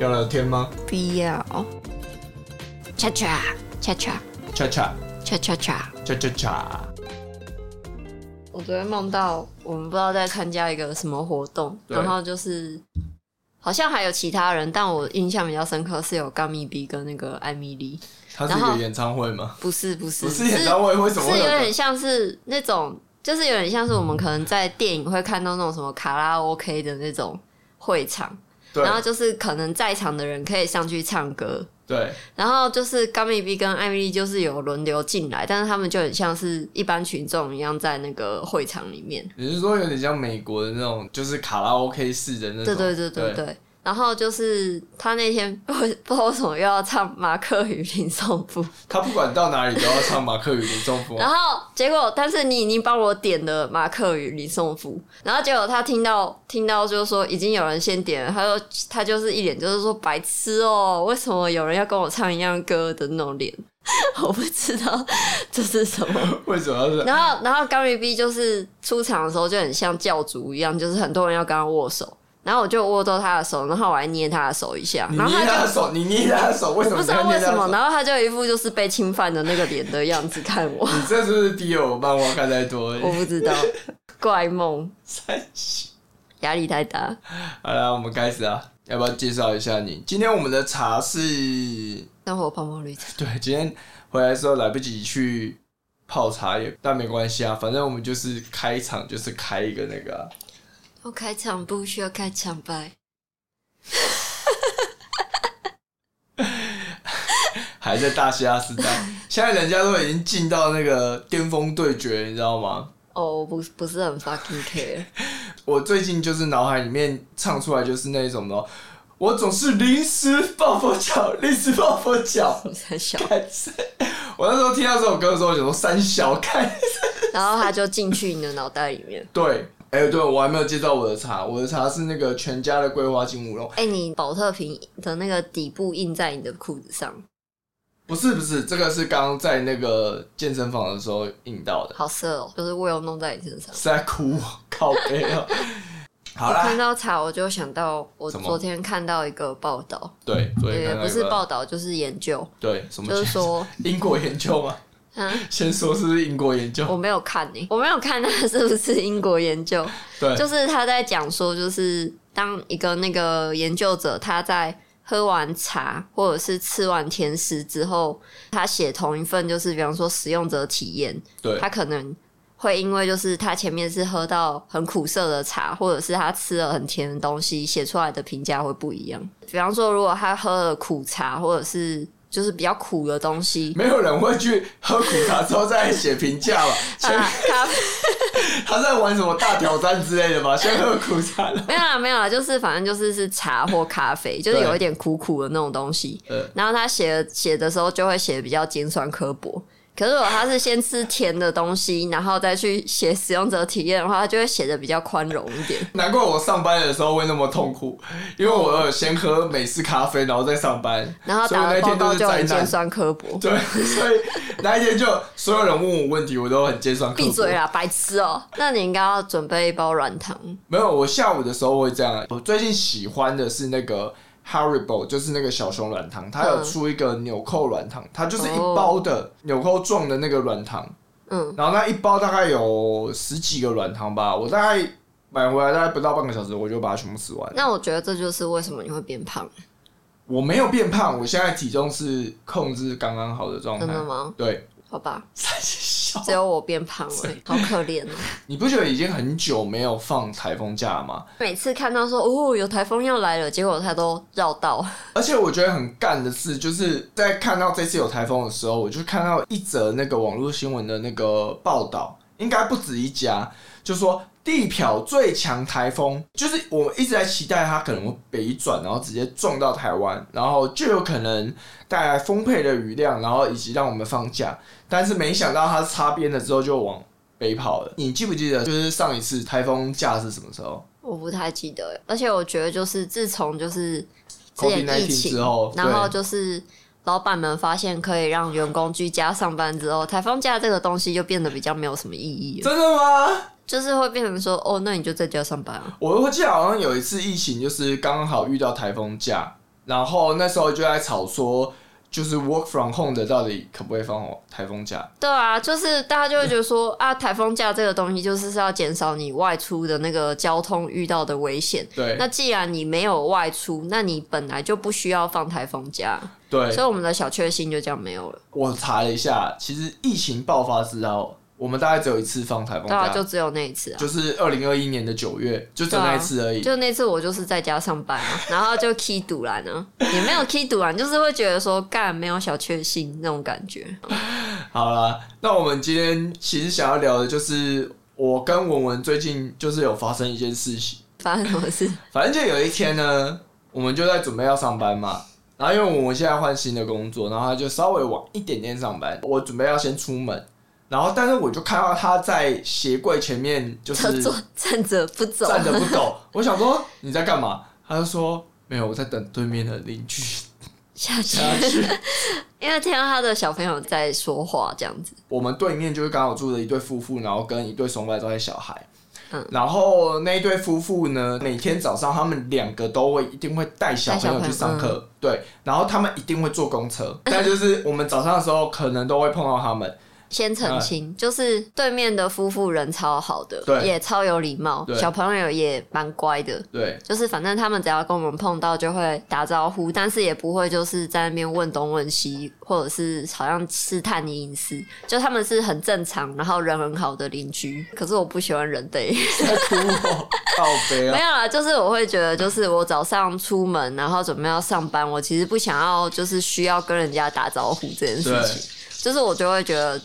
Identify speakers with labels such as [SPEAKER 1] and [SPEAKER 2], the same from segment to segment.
[SPEAKER 1] 要聊天吗？
[SPEAKER 2] 不要。恰恰恰恰
[SPEAKER 1] 恰恰
[SPEAKER 2] 恰恰恰。
[SPEAKER 1] 恰恰恰，
[SPEAKER 2] 我昨天梦到我们不知道在参加一个什么活动，
[SPEAKER 1] 对
[SPEAKER 2] 然后就是好像还有其他人，但我印象比较深刻是有 Gummy B 跟那个艾米丽，
[SPEAKER 1] 它是一
[SPEAKER 2] 然
[SPEAKER 1] 个
[SPEAKER 2] 后
[SPEAKER 1] 演唱会吗？
[SPEAKER 2] 不是不是
[SPEAKER 1] 不是演唱会，为什么
[SPEAKER 2] 是
[SPEAKER 1] 会
[SPEAKER 2] 有
[SPEAKER 1] 有
[SPEAKER 2] 点
[SPEAKER 1] 个？
[SPEAKER 2] 像是那种，就是有点像是我们可能在电影会看到那种什么卡拉 OK 的那种会场，
[SPEAKER 1] 对
[SPEAKER 2] 然后就是可能在场的人可以上去唱歌，
[SPEAKER 1] 对
[SPEAKER 2] 然后就是 Gummy B 跟艾米丽就是有轮流进来，但是他们就很像是一般群众一样在那个会场里面。
[SPEAKER 1] 你是说有点像美国的那种，就是卡拉 OK 式的那种？
[SPEAKER 2] 对对对对对。然后就是他那天 不不知道为什么又要唱马克与林颂福，
[SPEAKER 1] 他不管到哪里都要唱马克与林中风
[SPEAKER 2] 然。后结果，但是你已经帮我点了马克与李颂福，然后结果他听到听到就是说已经有人先点了，他说他就是一脸就是说白痴哦，为什么有人要跟我唱一样歌的那种脸， 我不知道这是什么。
[SPEAKER 1] 为什么要是？
[SPEAKER 2] 然后然后 Gary B 就是出场的时候就很像教主一样，就是很多人要跟他握手，然后我就握到他的手，然后我还捏他的手一下，
[SPEAKER 1] 你
[SPEAKER 2] 然后
[SPEAKER 1] 捏
[SPEAKER 2] 他
[SPEAKER 1] 他
[SPEAKER 2] 就
[SPEAKER 1] 的手，你捏他的手，为什
[SPEAKER 2] 我
[SPEAKER 1] 么？
[SPEAKER 2] 不知道为什么，
[SPEAKER 1] 呢？
[SPEAKER 2] 然后他就一副就是被侵犯的那个脸的样子看我。
[SPEAKER 1] 你这是不是 D 友漫画看太多了？
[SPEAKER 2] 我不知道，怪梦
[SPEAKER 1] 三小
[SPEAKER 2] 压力太大。
[SPEAKER 1] 好了，我们开始啊！要不要介绍一下你？今天我们的茶是，
[SPEAKER 2] 生活泡沫绿茶，
[SPEAKER 1] 对，今天回来的时候来不及去泡茶也，但没关系啊，反正我们就是开场就是开一个那个啊、
[SPEAKER 2] 我哦开场不需要开场白，
[SPEAKER 1] 还在大西亚时代，现在人家都已经进到那个巅峰对决，你知道吗？
[SPEAKER 2] 哦，我不不是很 fucking care。
[SPEAKER 1] 我最近就是脑海里面唱出来就是那种的，哦我总是临时抱佛脚，临时抱佛脚。
[SPEAKER 2] 我 在笑，
[SPEAKER 1] 干我那时候听到这首歌的时候，我想说三小看。
[SPEAKER 2] 然后他就进去你的脑袋里面。
[SPEAKER 1] 对，哎、对我还没有介绍我的茶，我的茶是那个全家的桂花金乌龙，
[SPEAKER 2] 哎、你保特瓶的那个底部印在你的裤子上，
[SPEAKER 1] 不是不是，这个是刚刚在那个健身房的时候印到的，
[SPEAKER 2] 好色哦，就是我有弄在你身上。
[SPEAKER 1] 是在哭靠背啊。好
[SPEAKER 2] 我
[SPEAKER 1] 啦
[SPEAKER 2] 看，到茶，我就想到我
[SPEAKER 1] 什么
[SPEAKER 2] 昨天看到一个报道，
[SPEAKER 1] 对，所以
[SPEAKER 2] 对
[SPEAKER 1] 刚，刚
[SPEAKER 2] 不是
[SPEAKER 1] 有个
[SPEAKER 2] 报道就是研究，
[SPEAKER 1] 对什么
[SPEAKER 2] 就是说，
[SPEAKER 1] 英国研究 吗？
[SPEAKER 2] 嗯，
[SPEAKER 1] 先说是不是英国研究，
[SPEAKER 2] 我没有看呢、我没有看他 是不是英国研究，
[SPEAKER 1] 对
[SPEAKER 2] 就是他在讲说，就是当一个那个研究者他在喝完茶或者是吃完甜食之后，他写同一份就是比方说使用者体验，
[SPEAKER 1] 对
[SPEAKER 2] 他可能会因为就是他前面是喝到很苦涩的茶，或者是他吃了很甜的东西，写出来的评价会不一样。比方说，如果他喝了苦茶或者是就是比较苦的东西，
[SPEAKER 1] 没有人会去喝苦茶之后再写评价吧？先
[SPEAKER 2] 啊，咖啡。
[SPEAKER 1] 他在玩什么大挑战之类的吧？先喝苦茶了。
[SPEAKER 2] 没有啊啦，没有啦，就是反正就是是茶或咖啡，就是
[SPEAKER 1] 对
[SPEAKER 2] 有一点苦苦的那种东西。
[SPEAKER 1] 呃，
[SPEAKER 2] 然后他写写的时候就会写得比较尖酸刻薄。可是如果他是先吃甜的东西，然后再去写使用者体验的话，他就会写的比较宽容一点。
[SPEAKER 1] 难怪我上班的时候会那么痛苦，因为我有先喝美式咖啡，然后再上班，
[SPEAKER 2] 然后
[SPEAKER 1] 所以
[SPEAKER 2] 打
[SPEAKER 1] 那
[SPEAKER 2] 完报
[SPEAKER 1] 天都
[SPEAKER 2] 告
[SPEAKER 1] 是
[SPEAKER 2] 就
[SPEAKER 1] 灾
[SPEAKER 2] 很尖
[SPEAKER 1] 难。
[SPEAKER 2] 酸刻 薄，
[SPEAKER 1] 对，所以那一天就所有人问我问题，我都很尖酸刻薄。
[SPEAKER 2] 闭嘴！啦，白痴哦、那你应该要准备一包软糖。
[SPEAKER 1] 没有，我下午的时候会这样。我最近喜欢的是那个 Haribo，就是那个小熊软糖，它有
[SPEAKER 2] 嗯
[SPEAKER 1] 出一个纽扣软糖，它就是一
[SPEAKER 2] 哦
[SPEAKER 1] 包的纽扣状的那个软糖。
[SPEAKER 2] 嗯，
[SPEAKER 1] 然后那一包大概有十几个软糖吧，我大概买回来大概不到半个小时，我就把它全部吃完了。
[SPEAKER 2] 那我觉得这就是为什么你会变胖，
[SPEAKER 1] 我没有变胖，我现在体重是控制刚刚好的状态
[SPEAKER 2] 真。的吗？
[SPEAKER 1] 对，
[SPEAKER 2] 好吧，
[SPEAKER 1] 三小，
[SPEAKER 2] 只有我变胖了、好可怜哦、
[SPEAKER 1] 你不觉得已经很久没有放台风假了吗？
[SPEAKER 2] 每次看到说哦有台风要来了，结果他都绕道。
[SPEAKER 1] 而且我觉得很干的是，就是在看到这次有台风的时候，我就看到一则那个网络新闻的那个报道，应该不止一家，就说地漂最强台风，就是我们一直在期待它可能会北转，然后直接撞到台湾，然后就有可能带来丰沛的雨量，然后以及让我们放假。但是没想到它擦边了之后就往北跑了。你记不记得，就是上一次台风假是什么时候？
[SPEAKER 2] 我不太记得耶，而且我觉得就是自从就是之
[SPEAKER 1] COVID-19
[SPEAKER 2] 前疫情
[SPEAKER 1] 之后
[SPEAKER 2] 然后
[SPEAKER 1] 对
[SPEAKER 2] 就是老板们发现可以让员工居家上班之后，台风假这个东西就变得比较没有什么意义了，
[SPEAKER 1] 真的吗？
[SPEAKER 2] 就是会变成说哦， 那你就在家上班啊。
[SPEAKER 1] 我我记得好像有一次疫情，就是刚好遇到台风假，然后那时候就在吵说，就是 work from home 的到底可不可以放台风假？
[SPEAKER 2] 对啊，就是大家就会觉得说啊，台风假这个东西就是是要减少你外出的那个交通遇到的危险。
[SPEAKER 1] 对
[SPEAKER 2] 那既然你没有外出，那你本来就不需要放台风假，
[SPEAKER 1] 对，
[SPEAKER 2] 所以我们的小确幸就这样没有了。
[SPEAKER 1] 我查了一下，其实疫情爆发之后，我们大概只有一次放台风
[SPEAKER 2] 对啊，
[SPEAKER 1] 假，
[SPEAKER 2] 就只有那一次啊。
[SPEAKER 1] 就是二零二一年的九月，就只有
[SPEAKER 2] 对啊
[SPEAKER 1] 那一次而已。
[SPEAKER 2] 就那次我就是在家上班 啊，然后就 key 堵栏啊，也没有 key 堵栏，就是会觉得说干没有小确幸那种感觉。
[SPEAKER 1] 好啦，那我们今天其实想要聊的就是我跟文文最近就是有发生一件事情，
[SPEAKER 2] 发生什么事？
[SPEAKER 1] 反正就有一天呢，我们就在准备要上班嘛。然后因为我们现在换新的工作，然后他就稍微晚一点点上班。我准备要先出门，然后但是我就看到他在鞋柜前面就
[SPEAKER 2] 他
[SPEAKER 1] 是
[SPEAKER 2] 坐站着不走，
[SPEAKER 1] 站着不走。我想说你在干嘛？他就说没有，我在等对面的邻 居
[SPEAKER 2] 下去
[SPEAKER 1] 下，去。
[SPEAKER 2] 因为听到他的小朋友在说话这样子。
[SPEAKER 1] 我们对面就是刚好住的一对夫妇，然后跟一对双胞胎小孩。
[SPEAKER 2] 嗯
[SPEAKER 1] 然后那一对夫妇呢，每天早上他们两个都会一定会带小朋友嗯去上
[SPEAKER 2] 带小
[SPEAKER 1] 课，对，然后他们一定会坐公 车，但就是我们早上的时候可能都会碰到他们，
[SPEAKER 2] 先澄清，就是对面的夫妇人超好的，
[SPEAKER 1] 啊对
[SPEAKER 2] 也超有礼貌，
[SPEAKER 1] 对
[SPEAKER 2] 小朋友也蛮乖的。
[SPEAKER 1] 对
[SPEAKER 2] 就是反正他们只要跟我们碰到就会打招呼，但是也不会就是在那边问东问西，或者是好像试探你隐私。就他们是很正常，然后人很好的邻居。可是我不喜欢人类，
[SPEAKER 1] 在哭哦，好悲
[SPEAKER 2] 没
[SPEAKER 1] 啊，
[SPEAKER 2] 有啦，就是我会觉得，就是我早上出门，然后准备要上班，我其实不想要就是需要跟人家打招呼这件 事
[SPEAKER 1] 对
[SPEAKER 2] 情。就是我就会觉得，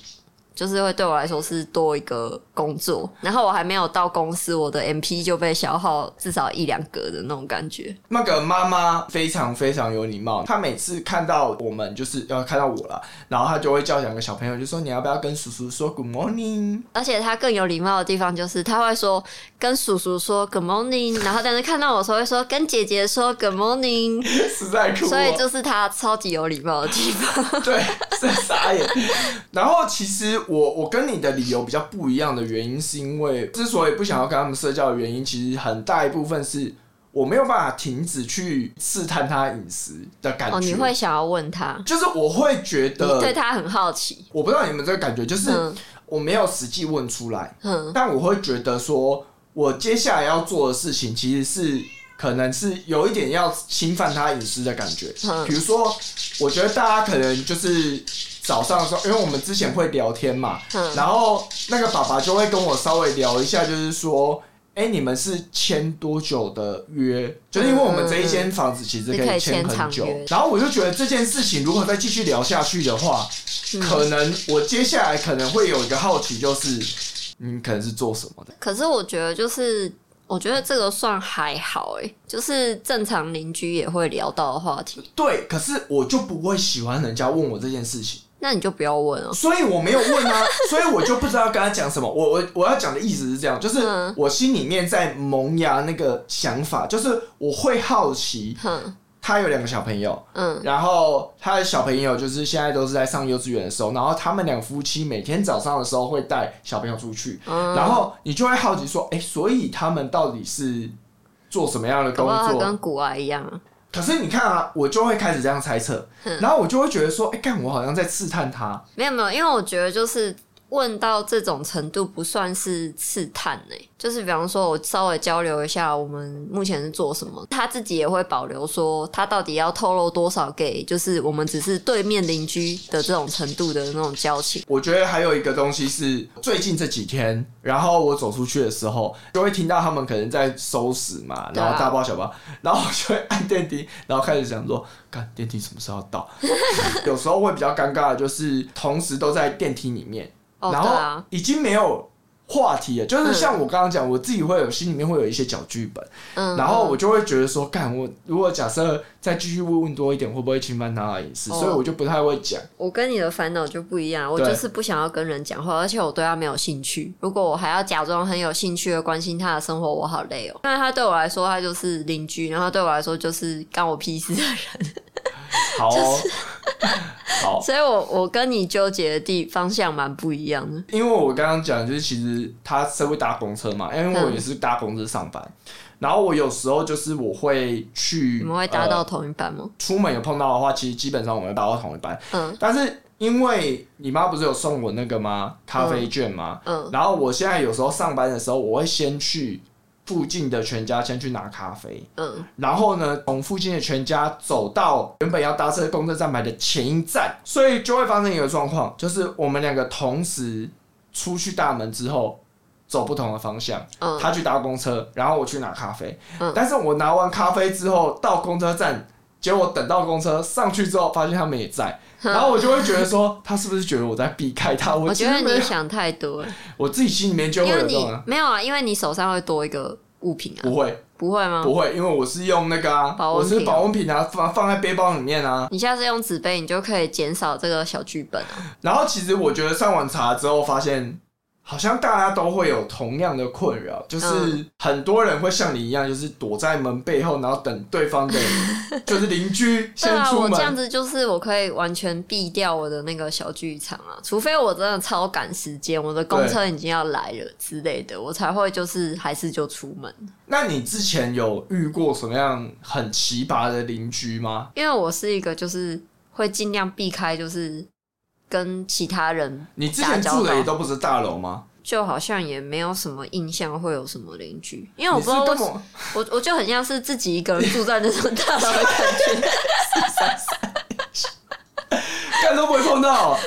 [SPEAKER 2] 就是会对我来说是多一个工作，然后我还没有到公司，我的 MP 就被消耗至少一两格的那种感觉。
[SPEAKER 1] 那个妈妈非常非常有礼貌，她每次看到我们就是要看到我了，然后她就会叫两个小朋友，就说你要不要跟叔叔说 Good morning，
[SPEAKER 2] 而且他更有礼貌的地方就是，他会说跟叔叔说 Good morning，然后但是看到我的时候会说跟姐姐说 Good morning，
[SPEAKER 1] 实在哭、哦，
[SPEAKER 2] 所以就是他超级有礼貌的地 方。
[SPEAKER 1] 对，是傻眼。然后其实我我跟你的理由比较不一样的原因，是因为之所以不想要跟他们社交的原因，其实很大一部分是我没有办法停止去试探他饮食的 感觉。
[SPEAKER 2] 哦，你会想要问他，
[SPEAKER 1] 就是我会觉
[SPEAKER 2] 你
[SPEAKER 1] 得，
[SPEAKER 2] 对他很好奇，
[SPEAKER 1] 我不知道你们这个感觉，就是
[SPEAKER 2] 嗯
[SPEAKER 1] 我没有实际问出来，
[SPEAKER 2] 嗯，
[SPEAKER 1] 但我会觉得说，我接下来要做的事情其实是可能是有一点要侵犯他隐私的感觉。
[SPEAKER 2] 嗯
[SPEAKER 1] 比如说，我觉得大家可能就是早上的时候，因为我们之前会聊天嘛，
[SPEAKER 2] 嗯
[SPEAKER 1] 然后那个爸爸就会跟我稍微聊一下，就是说。哎、你们是签多久的约？就是因为我们这一
[SPEAKER 2] 嗯
[SPEAKER 1] 间房子其实
[SPEAKER 2] 你可以
[SPEAKER 1] 签
[SPEAKER 2] 签
[SPEAKER 1] 很
[SPEAKER 2] 长
[SPEAKER 1] 久
[SPEAKER 2] 约，
[SPEAKER 1] 然后我就觉得这件事情如果再继续聊下去的话，
[SPEAKER 2] 嗯
[SPEAKER 1] 可能我接下来可能会有一个好奇，就是你可能是做什么的？
[SPEAKER 2] 可是我觉得就是。我觉得这个算还好诶、就是正常邻居也会聊到的话题，
[SPEAKER 1] 对，可是我就不会喜欢人家问我这件事情，
[SPEAKER 2] 那你就不要问哦、
[SPEAKER 1] 所以我没有问 啊，所以我就不知道跟他讲什么。我我我要讲的意思是这样，就是
[SPEAKER 2] 嗯
[SPEAKER 1] 我心里面在萌芽那个想法，就是我会好奇
[SPEAKER 2] 哼，
[SPEAKER 1] 他有两个小朋友，
[SPEAKER 2] 嗯，
[SPEAKER 1] 然后他的小朋友就是现在都是在上幼稚园的时候，然后他们两夫妻每天早上的时候会带小朋友出去，
[SPEAKER 2] 嗯
[SPEAKER 1] 然后你就会好奇说，哎、所以他们到底是做什么样的
[SPEAKER 2] 搞
[SPEAKER 1] 工
[SPEAKER 2] 不好他
[SPEAKER 1] 作？
[SPEAKER 2] 跟古埃一样啊。
[SPEAKER 1] 可是你看啊，我就会开始这样猜测，
[SPEAKER 2] 嗯
[SPEAKER 1] 然后我就会觉得说，哎、干，我好像在刺探他。
[SPEAKER 2] 没有没有，因为我觉得就是问到这种程度不算是刺探呢、就是比方说我稍微交流一下我们目前是做什么，他自己也会保留说他到底要透露多少给，就是我们只是对面邻居的这种程度的那种交情。
[SPEAKER 1] 我觉得还有一个东西是最近这几天，然后我走出去的时候，就会听到他们可能在收拾嘛，
[SPEAKER 2] 对啊
[SPEAKER 1] 然后大包小包，然后我就会按电梯，然后开始想说，干电梯什么时候到？有时候会比较尴尬的就是同时都在电梯里面，
[SPEAKER 2] 哦，
[SPEAKER 1] 然
[SPEAKER 2] 对
[SPEAKER 1] 后
[SPEAKER 2] 啊，
[SPEAKER 1] 已经没有话题了，就是像我刚刚讲，我自己会有心里面会有一些小剧本，
[SPEAKER 2] 嗯，
[SPEAKER 1] 然后我就会觉得说，干我如果假设再继续问问多一点，会不会侵犯他的隐私？
[SPEAKER 2] 哦
[SPEAKER 1] 所以我就不太会讲。
[SPEAKER 2] 我跟你的烦恼就不一样，我
[SPEAKER 1] 对
[SPEAKER 2] 就是不想要跟人讲话，而且我对他没有兴趣。如果我还要假装很有兴趣的关心他的生活，我好累哦。因为他对我来说，他就是邻居，然后对我来说就是干我屁事的人。
[SPEAKER 1] 好、哦， 好，
[SPEAKER 2] 所以我我跟你纠结的地方向蛮不一样
[SPEAKER 1] 嗯
[SPEAKER 2] 的。嗯
[SPEAKER 1] 因为我刚刚讲，就是其实他是会搭公车嘛，因为我也是搭公车上班，然后我有时候就是我会去，
[SPEAKER 2] 你们会搭
[SPEAKER 1] 呃
[SPEAKER 2] 到同一班吗？
[SPEAKER 1] 出门有碰到的话，其实基本上我们会搭到同一班。
[SPEAKER 2] 嗯
[SPEAKER 1] 但是因为你妈不是有送我那个吗？咖啡券吗？
[SPEAKER 2] 嗯，
[SPEAKER 1] 然后我现在有时候上班的时候，我会先去附近的全家先去拿咖啡，
[SPEAKER 2] 嗯，
[SPEAKER 1] 然后呢，从附近的全家走到原本要搭车公车站牌的前一站，所以就会发生一个状况，就是我们两个同时出去大门之后。走不同的方向，
[SPEAKER 2] 嗯
[SPEAKER 1] 他去搭公车，然后我去拿咖啡。
[SPEAKER 2] 嗯
[SPEAKER 1] 但是我拿完咖啡之后到公车站，结果等到公车上去之后，发现他们也在，然后我就会觉得说，他是不是觉得我在避开他？我
[SPEAKER 2] 我
[SPEAKER 1] 其
[SPEAKER 2] 觉
[SPEAKER 1] 实
[SPEAKER 2] 得
[SPEAKER 1] 没有
[SPEAKER 2] 你想太多了，
[SPEAKER 1] 我自己心里面就会
[SPEAKER 2] 因
[SPEAKER 1] 有
[SPEAKER 2] 为
[SPEAKER 1] 这
[SPEAKER 2] 你
[SPEAKER 1] 种、啊，
[SPEAKER 2] 没有啊，因为你手上会多一个物品啊，
[SPEAKER 1] 不会
[SPEAKER 2] 不会吗？
[SPEAKER 1] 不会，因为我是用那个啊，
[SPEAKER 2] 保
[SPEAKER 1] 我
[SPEAKER 2] 温瓶
[SPEAKER 1] 是保温瓶啊，放放在背包里面啊。
[SPEAKER 2] 你下次用纸杯，你就可以减少这个小剧本啊。
[SPEAKER 1] 然后其实我觉得上网查之后发现，好像大家都会有同样的困扰，就是
[SPEAKER 2] 嗯
[SPEAKER 1] 很多人会像你一样，就是躲在门背后，然后等对方 的，就是邻居
[SPEAKER 2] 对
[SPEAKER 1] 先
[SPEAKER 2] 啊，
[SPEAKER 1] 出
[SPEAKER 2] 我这样
[SPEAKER 1] 门。
[SPEAKER 2] 子就是我可以完全避掉我的那个小剧场啊，除非我真的超赶时间，我的公车已经要来了之类的，我才会就是还是就出门。
[SPEAKER 1] 那你之前有遇过什么样很奇葩的邻居吗？
[SPEAKER 2] 因为我是一个就是会尽量避开，就是跟其他人
[SPEAKER 1] 你之
[SPEAKER 2] 打
[SPEAKER 1] 前
[SPEAKER 2] 交
[SPEAKER 1] 住
[SPEAKER 2] 道
[SPEAKER 1] 的也，都不是大楼吗？
[SPEAKER 2] 就好像也没有什么印象会有什么邻居，因为我
[SPEAKER 1] 你
[SPEAKER 2] 不
[SPEAKER 1] 是
[SPEAKER 2] 知道为
[SPEAKER 1] 根
[SPEAKER 2] 什么，
[SPEAKER 1] 本
[SPEAKER 2] 我我就很像是自己一个人住在那种大楼的感 觉，
[SPEAKER 1] 干都不会碰 到，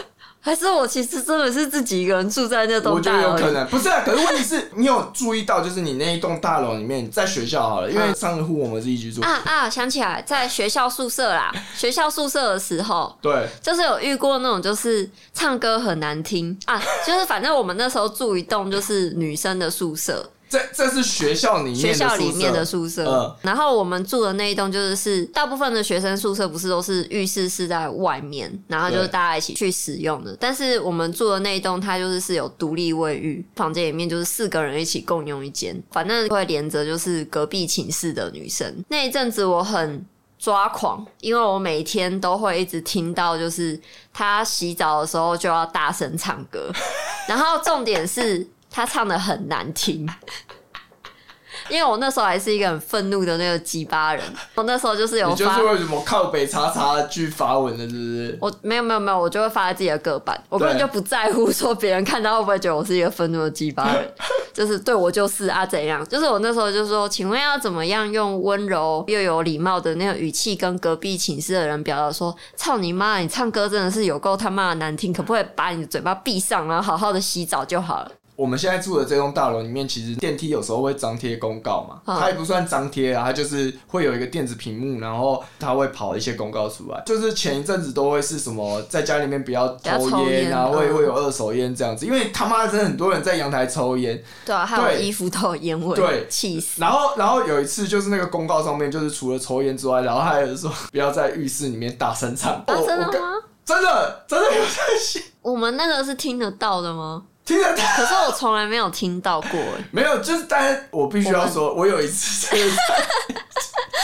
[SPEAKER 2] 还是我其实真的是自己一个人住在那
[SPEAKER 1] 我
[SPEAKER 2] 栋
[SPEAKER 1] 觉
[SPEAKER 2] 大
[SPEAKER 1] 得有
[SPEAKER 2] 楼
[SPEAKER 1] 可
[SPEAKER 2] 里。
[SPEAKER 1] 能不是啊。可是问题 是你有注意到，就是你那一栋大楼里面，在学校好了，因为
[SPEAKER 2] 嗯
[SPEAKER 1] 上一户我们是一起住，
[SPEAKER 2] 啊啊！想起来，在学校宿舍啦，学校宿舍的时候，
[SPEAKER 1] 对，
[SPEAKER 2] 就是有遇过那种，就是唱歌很难听啊，就是反正我们那时候住一栋就是女生的宿舍，
[SPEAKER 1] 这这是学校里面
[SPEAKER 2] 学
[SPEAKER 1] 的
[SPEAKER 2] 校
[SPEAKER 1] 宿
[SPEAKER 2] 里面的
[SPEAKER 1] 舍
[SPEAKER 2] 宿舍，
[SPEAKER 1] 嗯
[SPEAKER 2] 然后我们住的那一栋就是是大部分的学生宿舍不是都是浴室是在外面，然后就是
[SPEAKER 1] 对
[SPEAKER 2] 大家一起去使用的。但是我们住的那一栋它就是是有独立卫浴，房间里面就是四个人一起共用一间，反正会连着就是隔壁寝室的女生。那一阵子我很。抓狂，因为我每天都会一直听到，就是她洗澡的时候就要大声唱歌， 然后重点是她唱的很难听，因为我那时候还是一个很愤怒的那个鸡巴人，我那时候就是有
[SPEAKER 1] 你就是
[SPEAKER 2] 发，
[SPEAKER 1] 为什么靠北叉叉去发文的，是不是？
[SPEAKER 2] 我没有没有没有，我就会发在自己的个版，我根本
[SPEAKER 1] 对
[SPEAKER 2] 就不在乎说别人看到会不会觉得我是一个愤怒的鸡巴 人，就是对我就是啊怎样，就是我那时候就说，请问要怎么样用温柔又有礼貌的那个语气跟隔壁寝室的人表达说，操你妈，你唱歌真的是有够他妈的难听，可不可以把你的嘴巴闭上，然后好好的洗澡就好了？
[SPEAKER 1] 我们现在住的这栋大楼里面，其实电梯有时候会张贴公告嘛，
[SPEAKER 2] 嗯
[SPEAKER 1] 它也不算张贴啊，它就是会有一个电子屏幕，然后它会跑一些公告出来。就是前一阵子都会是什么在家里面不要
[SPEAKER 2] 要抽
[SPEAKER 1] 烟啊，
[SPEAKER 2] 烟
[SPEAKER 1] 会
[SPEAKER 2] 嗯
[SPEAKER 1] 会有二手烟这样子，因为他妈真的很多人在阳台抽烟。
[SPEAKER 2] 对啊，还有
[SPEAKER 1] 对
[SPEAKER 2] 衣服都有烟味，
[SPEAKER 1] 对
[SPEAKER 2] 气死。
[SPEAKER 1] 然后然后有一次就是那个公告上面就是除了抽烟之外，然后还有说不要在浴室里面大声唱。
[SPEAKER 2] 啊，
[SPEAKER 1] 我
[SPEAKER 2] 真
[SPEAKER 1] 我
[SPEAKER 2] 的
[SPEAKER 1] 跟
[SPEAKER 2] 吗？
[SPEAKER 1] 真的真的有这些，
[SPEAKER 2] 我们那个是听得到的吗？
[SPEAKER 1] 听得到。
[SPEAKER 2] 可是我从来没有听到过哎，
[SPEAKER 1] 没有，就是但是我必须要说，我有一次 真的是，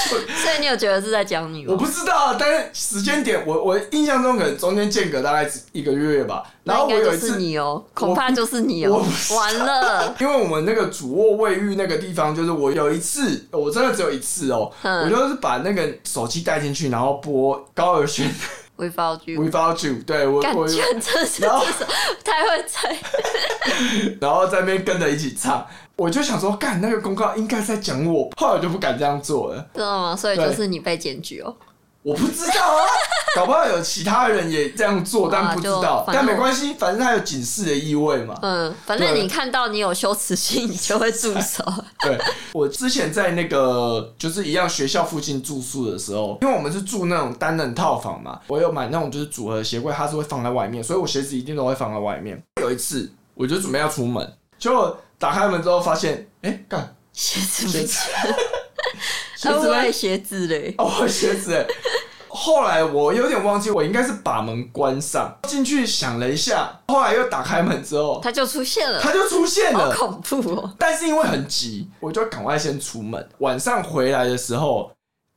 [SPEAKER 2] 所以你有觉得是在讲你
[SPEAKER 1] 我
[SPEAKER 2] 吗？
[SPEAKER 1] 不知道，但是时间点，我我印象中可能中间间隔大概一个月吧。然后
[SPEAKER 2] 那
[SPEAKER 1] 我
[SPEAKER 2] 应该
[SPEAKER 1] 有
[SPEAKER 2] 就
[SPEAKER 1] 一
[SPEAKER 2] 是
[SPEAKER 1] 次，
[SPEAKER 2] 你哦、恐怕就是你
[SPEAKER 1] 我
[SPEAKER 2] 哦、
[SPEAKER 1] 不知
[SPEAKER 2] 完了，
[SPEAKER 1] 因为我们那个主卧卫浴那个地方，就是我有一次，我真的只有一次哦、
[SPEAKER 2] 嗯
[SPEAKER 1] 我就是把那个手机带进去，然后播高尔宣
[SPEAKER 2] 微包剧，
[SPEAKER 1] Without You，对我
[SPEAKER 2] 感
[SPEAKER 1] 我
[SPEAKER 2] 觉真是
[SPEAKER 1] 然后
[SPEAKER 2] 太会猜，
[SPEAKER 1] 然后在那边跟着一起唱，我就想说，干那个公告应该在讲我，后来我就不敢这样做了。
[SPEAKER 2] 知道吗？所以
[SPEAKER 1] 对
[SPEAKER 2] 就是你被检举哦、
[SPEAKER 1] 我不知道啊，搞不好有其他人也这样做，但
[SPEAKER 2] 啊
[SPEAKER 1] 不知
[SPEAKER 2] 就
[SPEAKER 1] 道，
[SPEAKER 2] 反
[SPEAKER 1] 但
[SPEAKER 2] 正
[SPEAKER 1] 没
[SPEAKER 2] 我
[SPEAKER 1] 关系，反正它有警示的意味嘛。
[SPEAKER 2] 嗯，反正
[SPEAKER 1] 对
[SPEAKER 2] 你看到你有羞耻心，你就会住手。啊
[SPEAKER 1] 对，我之前在那个就是一样学校附近住宿的时候，因为我们是住那种单人套房嘛，我有买那种就是组合鞋柜，它是会放在外面，所以我鞋子一定都会放在外面。有一次，我就准备要出门，结果打开门之后发现，哎、干
[SPEAKER 2] 鞋子
[SPEAKER 1] 鞋
[SPEAKER 2] 没
[SPEAKER 1] 子
[SPEAKER 2] 穿，，
[SPEAKER 1] 鞋
[SPEAKER 2] 啊
[SPEAKER 1] 子
[SPEAKER 2] 我
[SPEAKER 1] 嘞
[SPEAKER 2] 也鞋子嘞，
[SPEAKER 1] 哦，我鞋子欸。后来我有点忘记，我应该是把门关上，进去想了一下，后来又打开门之后，
[SPEAKER 2] 它就出现了，
[SPEAKER 1] 它就出现
[SPEAKER 2] 好
[SPEAKER 1] 了。
[SPEAKER 2] 恐怖哦、
[SPEAKER 1] 但是因为很急，我就赶快先出门。晚上回来的时候，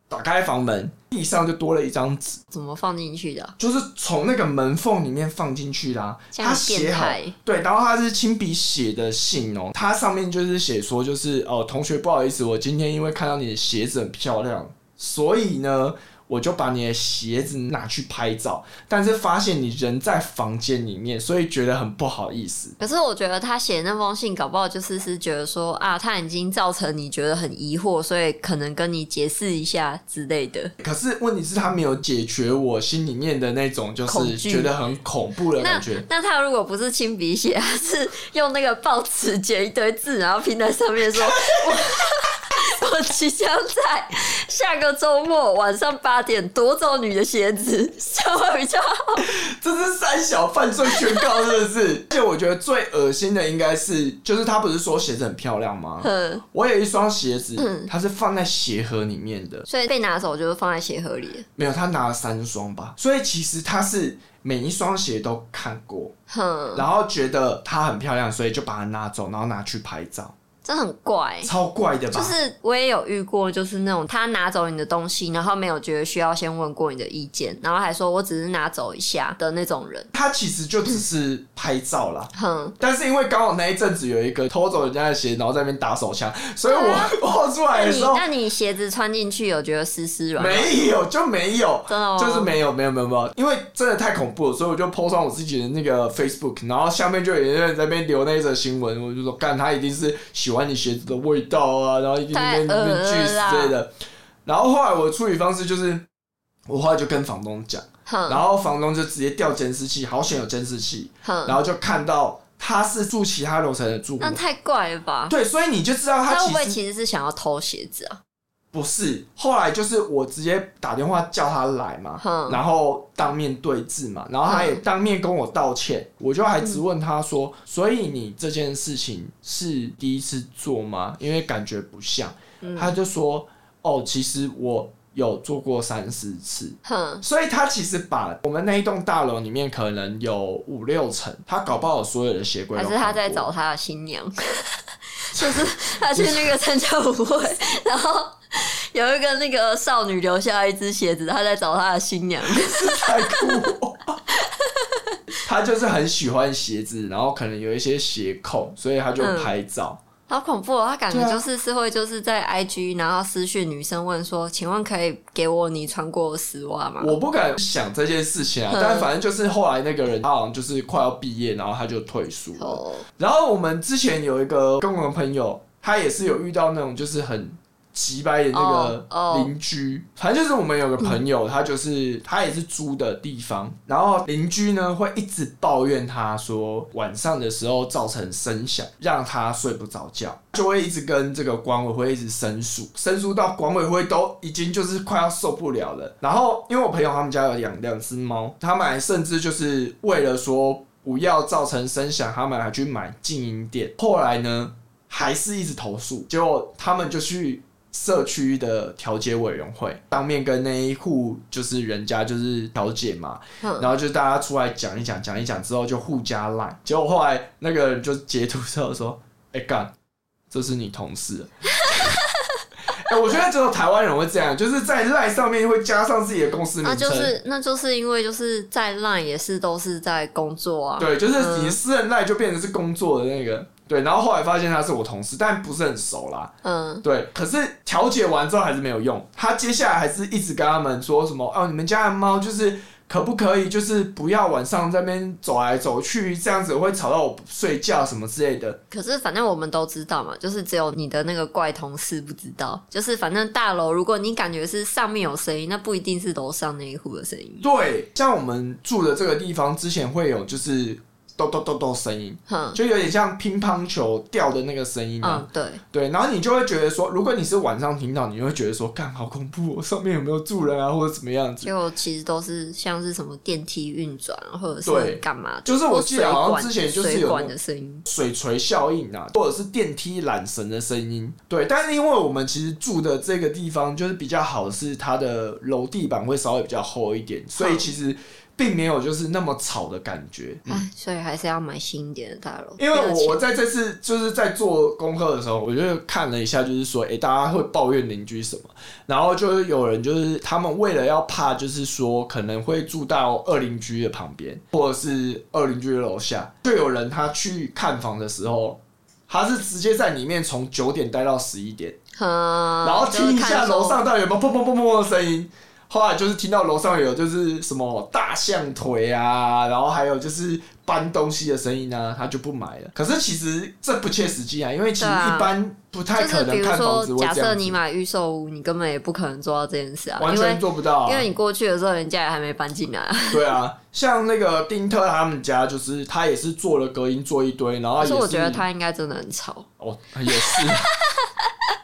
[SPEAKER 1] 打开房门，地上就多了一张纸，
[SPEAKER 2] 怎么放进去的啊、
[SPEAKER 1] 就是从那个门缝里面放进去啦、啊
[SPEAKER 2] 这样
[SPEAKER 1] 他写
[SPEAKER 2] 变
[SPEAKER 1] 好
[SPEAKER 2] 态，
[SPEAKER 1] 对，然后他是亲笔写的信哦、他上面就是写说，就是哦，同学，不好意思，我今天因为看到你的鞋子很漂亮，所以呢，我就把你的鞋子拿去拍照，但是发现你人在房间里面，所以觉得很不好意思。
[SPEAKER 2] 可是我觉得他写那封信，搞不好就是是觉得说啊，他已经造成你觉得很疑惑，所以可能跟你解释一下之类的。
[SPEAKER 1] 可是问题是，他没有解决我心里面的那种，就
[SPEAKER 2] 恐
[SPEAKER 1] 是
[SPEAKER 2] 惧
[SPEAKER 1] 觉得很恐怖的
[SPEAKER 2] 那
[SPEAKER 1] 感觉。
[SPEAKER 2] 那他如果不是亲笔写，他是用那个报纸剪一堆字，然后拼在上面说，我我即将在下个周末晚上八点夺走你的鞋子，这样会比较好。
[SPEAKER 1] 这是三小犯罪宣告，是不是？而且我觉得最恶心的应该是，就是他不是说鞋子很漂亮吗？
[SPEAKER 2] 嗯，
[SPEAKER 1] 我有一双鞋子，
[SPEAKER 2] 嗯
[SPEAKER 1] 它是放在鞋盒里面的，
[SPEAKER 2] 所以被拿走就是放在鞋盒里。
[SPEAKER 1] 没有，他拿了三双吧，所以其实他是每一双鞋都看过，
[SPEAKER 2] 哼，
[SPEAKER 1] 然后觉得它很漂亮，所以就把它拿走，然后拿去拍照，
[SPEAKER 2] 这很怪。欸
[SPEAKER 1] 超怪的吧？
[SPEAKER 2] 哎就是我也有遇过，就是那种他拿走你的东西，然后没有觉得需要先问过你的意见，然后还说我只是拿走一下的那种人。
[SPEAKER 1] 他其实就只是拍照啦。
[SPEAKER 2] 哼，
[SPEAKER 1] 但是因为刚好那一阵子有一个偷走人家的鞋，然后在那边打手枪，所以我、 我出
[SPEAKER 2] 那
[SPEAKER 1] 来的
[SPEAKER 2] 你
[SPEAKER 1] 时候
[SPEAKER 2] 啊那你鞋子穿进去有觉得湿湿软？
[SPEAKER 1] 哎没有就没有，
[SPEAKER 2] 真的吗？
[SPEAKER 1] 就是没有没有没有没有，因为真的太恐怖了，所以我就 po 上我自己的那个 Facebook，然后下面就有人在那边留那一则新闻，我就说干他一定是喜欢你鞋子的味道啊，然后一定在
[SPEAKER 2] 太
[SPEAKER 1] 那
[SPEAKER 2] 恶
[SPEAKER 1] 边
[SPEAKER 2] 了
[SPEAKER 1] 去死之类的。然后后来我的处理方式就是，我后来就跟房东讲，
[SPEAKER 2] 哼
[SPEAKER 1] 然后房东就直接调监视器，好险有监视器，
[SPEAKER 2] 哼，
[SPEAKER 1] 然后就看到他是住其他楼层的住户
[SPEAKER 2] 嗯那，太怪了吧？
[SPEAKER 1] 对，所以你就知道他
[SPEAKER 2] 他会
[SPEAKER 1] 其
[SPEAKER 2] 不会
[SPEAKER 1] 实
[SPEAKER 2] 其实是想要偷鞋子啊？
[SPEAKER 1] 不是，后来就是我直接打电话叫他来嘛，
[SPEAKER 2] 嗯
[SPEAKER 1] 然后当面对质嘛，然后他也
[SPEAKER 2] 嗯
[SPEAKER 1] 当面跟我道歉，我就还质问他说：“所以你这件事情是第一次做吗？因为感觉不像。
[SPEAKER 2] 嗯
[SPEAKER 1] 他就说：“哦，其实我有做过三四次。”
[SPEAKER 2] 哼，
[SPEAKER 1] 所以他其实把我们那一栋大楼里面可能有五六层，他搞不啊好所有的鞋柜
[SPEAKER 2] 还
[SPEAKER 1] 都
[SPEAKER 2] 是他
[SPEAKER 1] 看
[SPEAKER 2] 在
[SPEAKER 1] 过
[SPEAKER 2] 找他的新娘？ 就是他去那个参加舞会， 然后有一个那个少女留下一只鞋子，他在找他的新娘。
[SPEAKER 1] 太酷。 他就是很喜欢鞋子，然后可能有一些鞋控，所以他就拍照。
[SPEAKER 2] 好恐怖、哦！他感
[SPEAKER 1] 对
[SPEAKER 2] 觉
[SPEAKER 1] 啊
[SPEAKER 2] 就是是会就是在 IG，然后私讯女生问说：“请问可以给我你穿过的丝袜吗
[SPEAKER 1] 我不敢想这件事情啊，
[SPEAKER 2] 嗯
[SPEAKER 1] 但反正就是后来那个人，他好像就是快要毕业，然后他就退宿？”了。
[SPEAKER 2] 哦，
[SPEAKER 1] 然后我们之前有一个共同朋友，他也是有遇到那种就是很急掰的那
[SPEAKER 2] 哦
[SPEAKER 1] 个
[SPEAKER 2] 哦嗯
[SPEAKER 1] 邻居，反正就是我们有个朋友，他就是他也是租的地方，然后邻居呢会一直抱怨他说晚上的时候造成声响，让他睡不着觉，就会一直跟这个管委会一直申诉，申诉到管委会都已经就是快要受不了了。然后因为我朋友他们家有养两只猫，他们还甚至就是为了说不要造成声响，他们还去买静音垫。后来呢，还是一直投诉，结果他们就去社区的调解委员会，当面跟那一户就是人家就是调解嘛，
[SPEAKER 2] 嗯
[SPEAKER 1] 然后就大家出来讲一讲，讲一讲之后就互加赖，结果后来那个人就截图之后说：“哎、干，这是你同事。” 哎、我觉得只有台湾人会这样，就是在赖上面会加上自己的公司名
[SPEAKER 2] 那
[SPEAKER 1] 称，
[SPEAKER 2] 啊就是那就是因为就是在 Line 也是都是在工作啊，
[SPEAKER 1] 对，就是你的私人赖就变成是工作的那个。对，然后后来发现他是我同事，但不是很熟啦。
[SPEAKER 2] 嗯，
[SPEAKER 1] 对，可是调解完之后还是没有用，他接下来还是一直跟他们说什么哦，你们家的猫就是可不可以就是不要晚上在那边走来走去，这样子会吵到我睡觉什么之类的。
[SPEAKER 2] 可是反正我们都知道嘛，就是只有你的那个怪同事不知道，就是反正大楼如果你感觉是上面有声音，那不一定是楼上那一户的声音，
[SPEAKER 1] 对，像我们住的这个地方之前会有就是咚咚咚咚声音，
[SPEAKER 2] 哼，
[SPEAKER 1] 就有点像乒乓球掉的那个声音啊。
[SPEAKER 2] 嗯，对，
[SPEAKER 1] 对，然后你就会觉得说，如果你是晚上听到，你就会觉得说，干好恐怖、哦，上面有没有住人啊，或者怎么样子。
[SPEAKER 2] 结果其实都是像是什么电梯运转啊或者
[SPEAKER 1] 对
[SPEAKER 2] 是干嘛的，
[SPEAKER 1] 就是我记得好像
[SPEAKER 2] 或水管
[SPEAKER 1] 之前就是有
[SPEAKER 2] 水
[SPEAKER 1] 那
[SPEAKER 2] 管的声音，
[SPEAKER 1] 水锤效应啊，或者是电梯缆绳的声音。对，但是因为我们其实住的这个地方就是比较好，是它的楼地板会稍微比较厚一点，所以其实并没有就是那么吵的感觉。
[SPEAKER 2] 哎，所以还是要买新一点的大楼，
[SPEAKER 1] 嗯因为
[SPEAKER 2] 不要钱
[SPEAKER 1] 我我在这次就是在做功课的时候，我就看了一下，就是说，诶、大家会抱怨邻居什么，然后就是有人就是他们为了要怕，就是说可能会住到二邻居的旁边，或者是二邻居的楼下，就有人他去看房的时候，他是直接在里面从九点待到十一点，
[SPEAKER 2] 嗯，
[SPEAKER 1] 然后听一
[SPEAKER 2] 就是看
[SPEAKER 1] 下
[SPEAKER 2] 说
[SPEAKER 1] 楼上到底有没有砰砰砰砰砰的声音。后来就是听到楼上有就是什么大象腿啊，然后还有就是搬东西的声音啊，他就不买了。可是其实这不切实际啊，因为其实
[SPEAKER 2] 对啊
[SPEAKER 1] 一般不太
[SPEAKER 2] 就
[SPEAKER 1] 可
[SPEAKER 2] 是比
[SPEAKER 1] 能
[SPEAKER 2] 如
[SPEAKER 1] 看房
[SPEAKER 2] 说
[SPEAKER 1] 子，会
[SPEAKER 2] 假
[SPEAKER 1] 这
[SPEAKER 2] 设
[SPEAKER 1] 样
[SPEAKER 2] 你
[SPEAKER 1] 子，
[SPEAKER 2] 买预售屋，你根本也不可能做到这件事啊，
[SPEAKER 1] 完
[SPEAKER 2] 因为
[SPEAKER 1] 全做不到啊
[SPEAKER 2] 因。为你过去的时候，人家也还没搬进来啊。
[SPEAKER 1] 对啊，像那个丁特他们家，就是他也是做了隔音做一堆，然后
[SPEAKER 2] 可
[SPEAKER 1] 啊也
[SPEAKER 2] 是
[SPEAKER 1] 是
[SPEAKER 2] 我觉得他应该真的很吵，啊
[SPEAKER 1] 哦也是，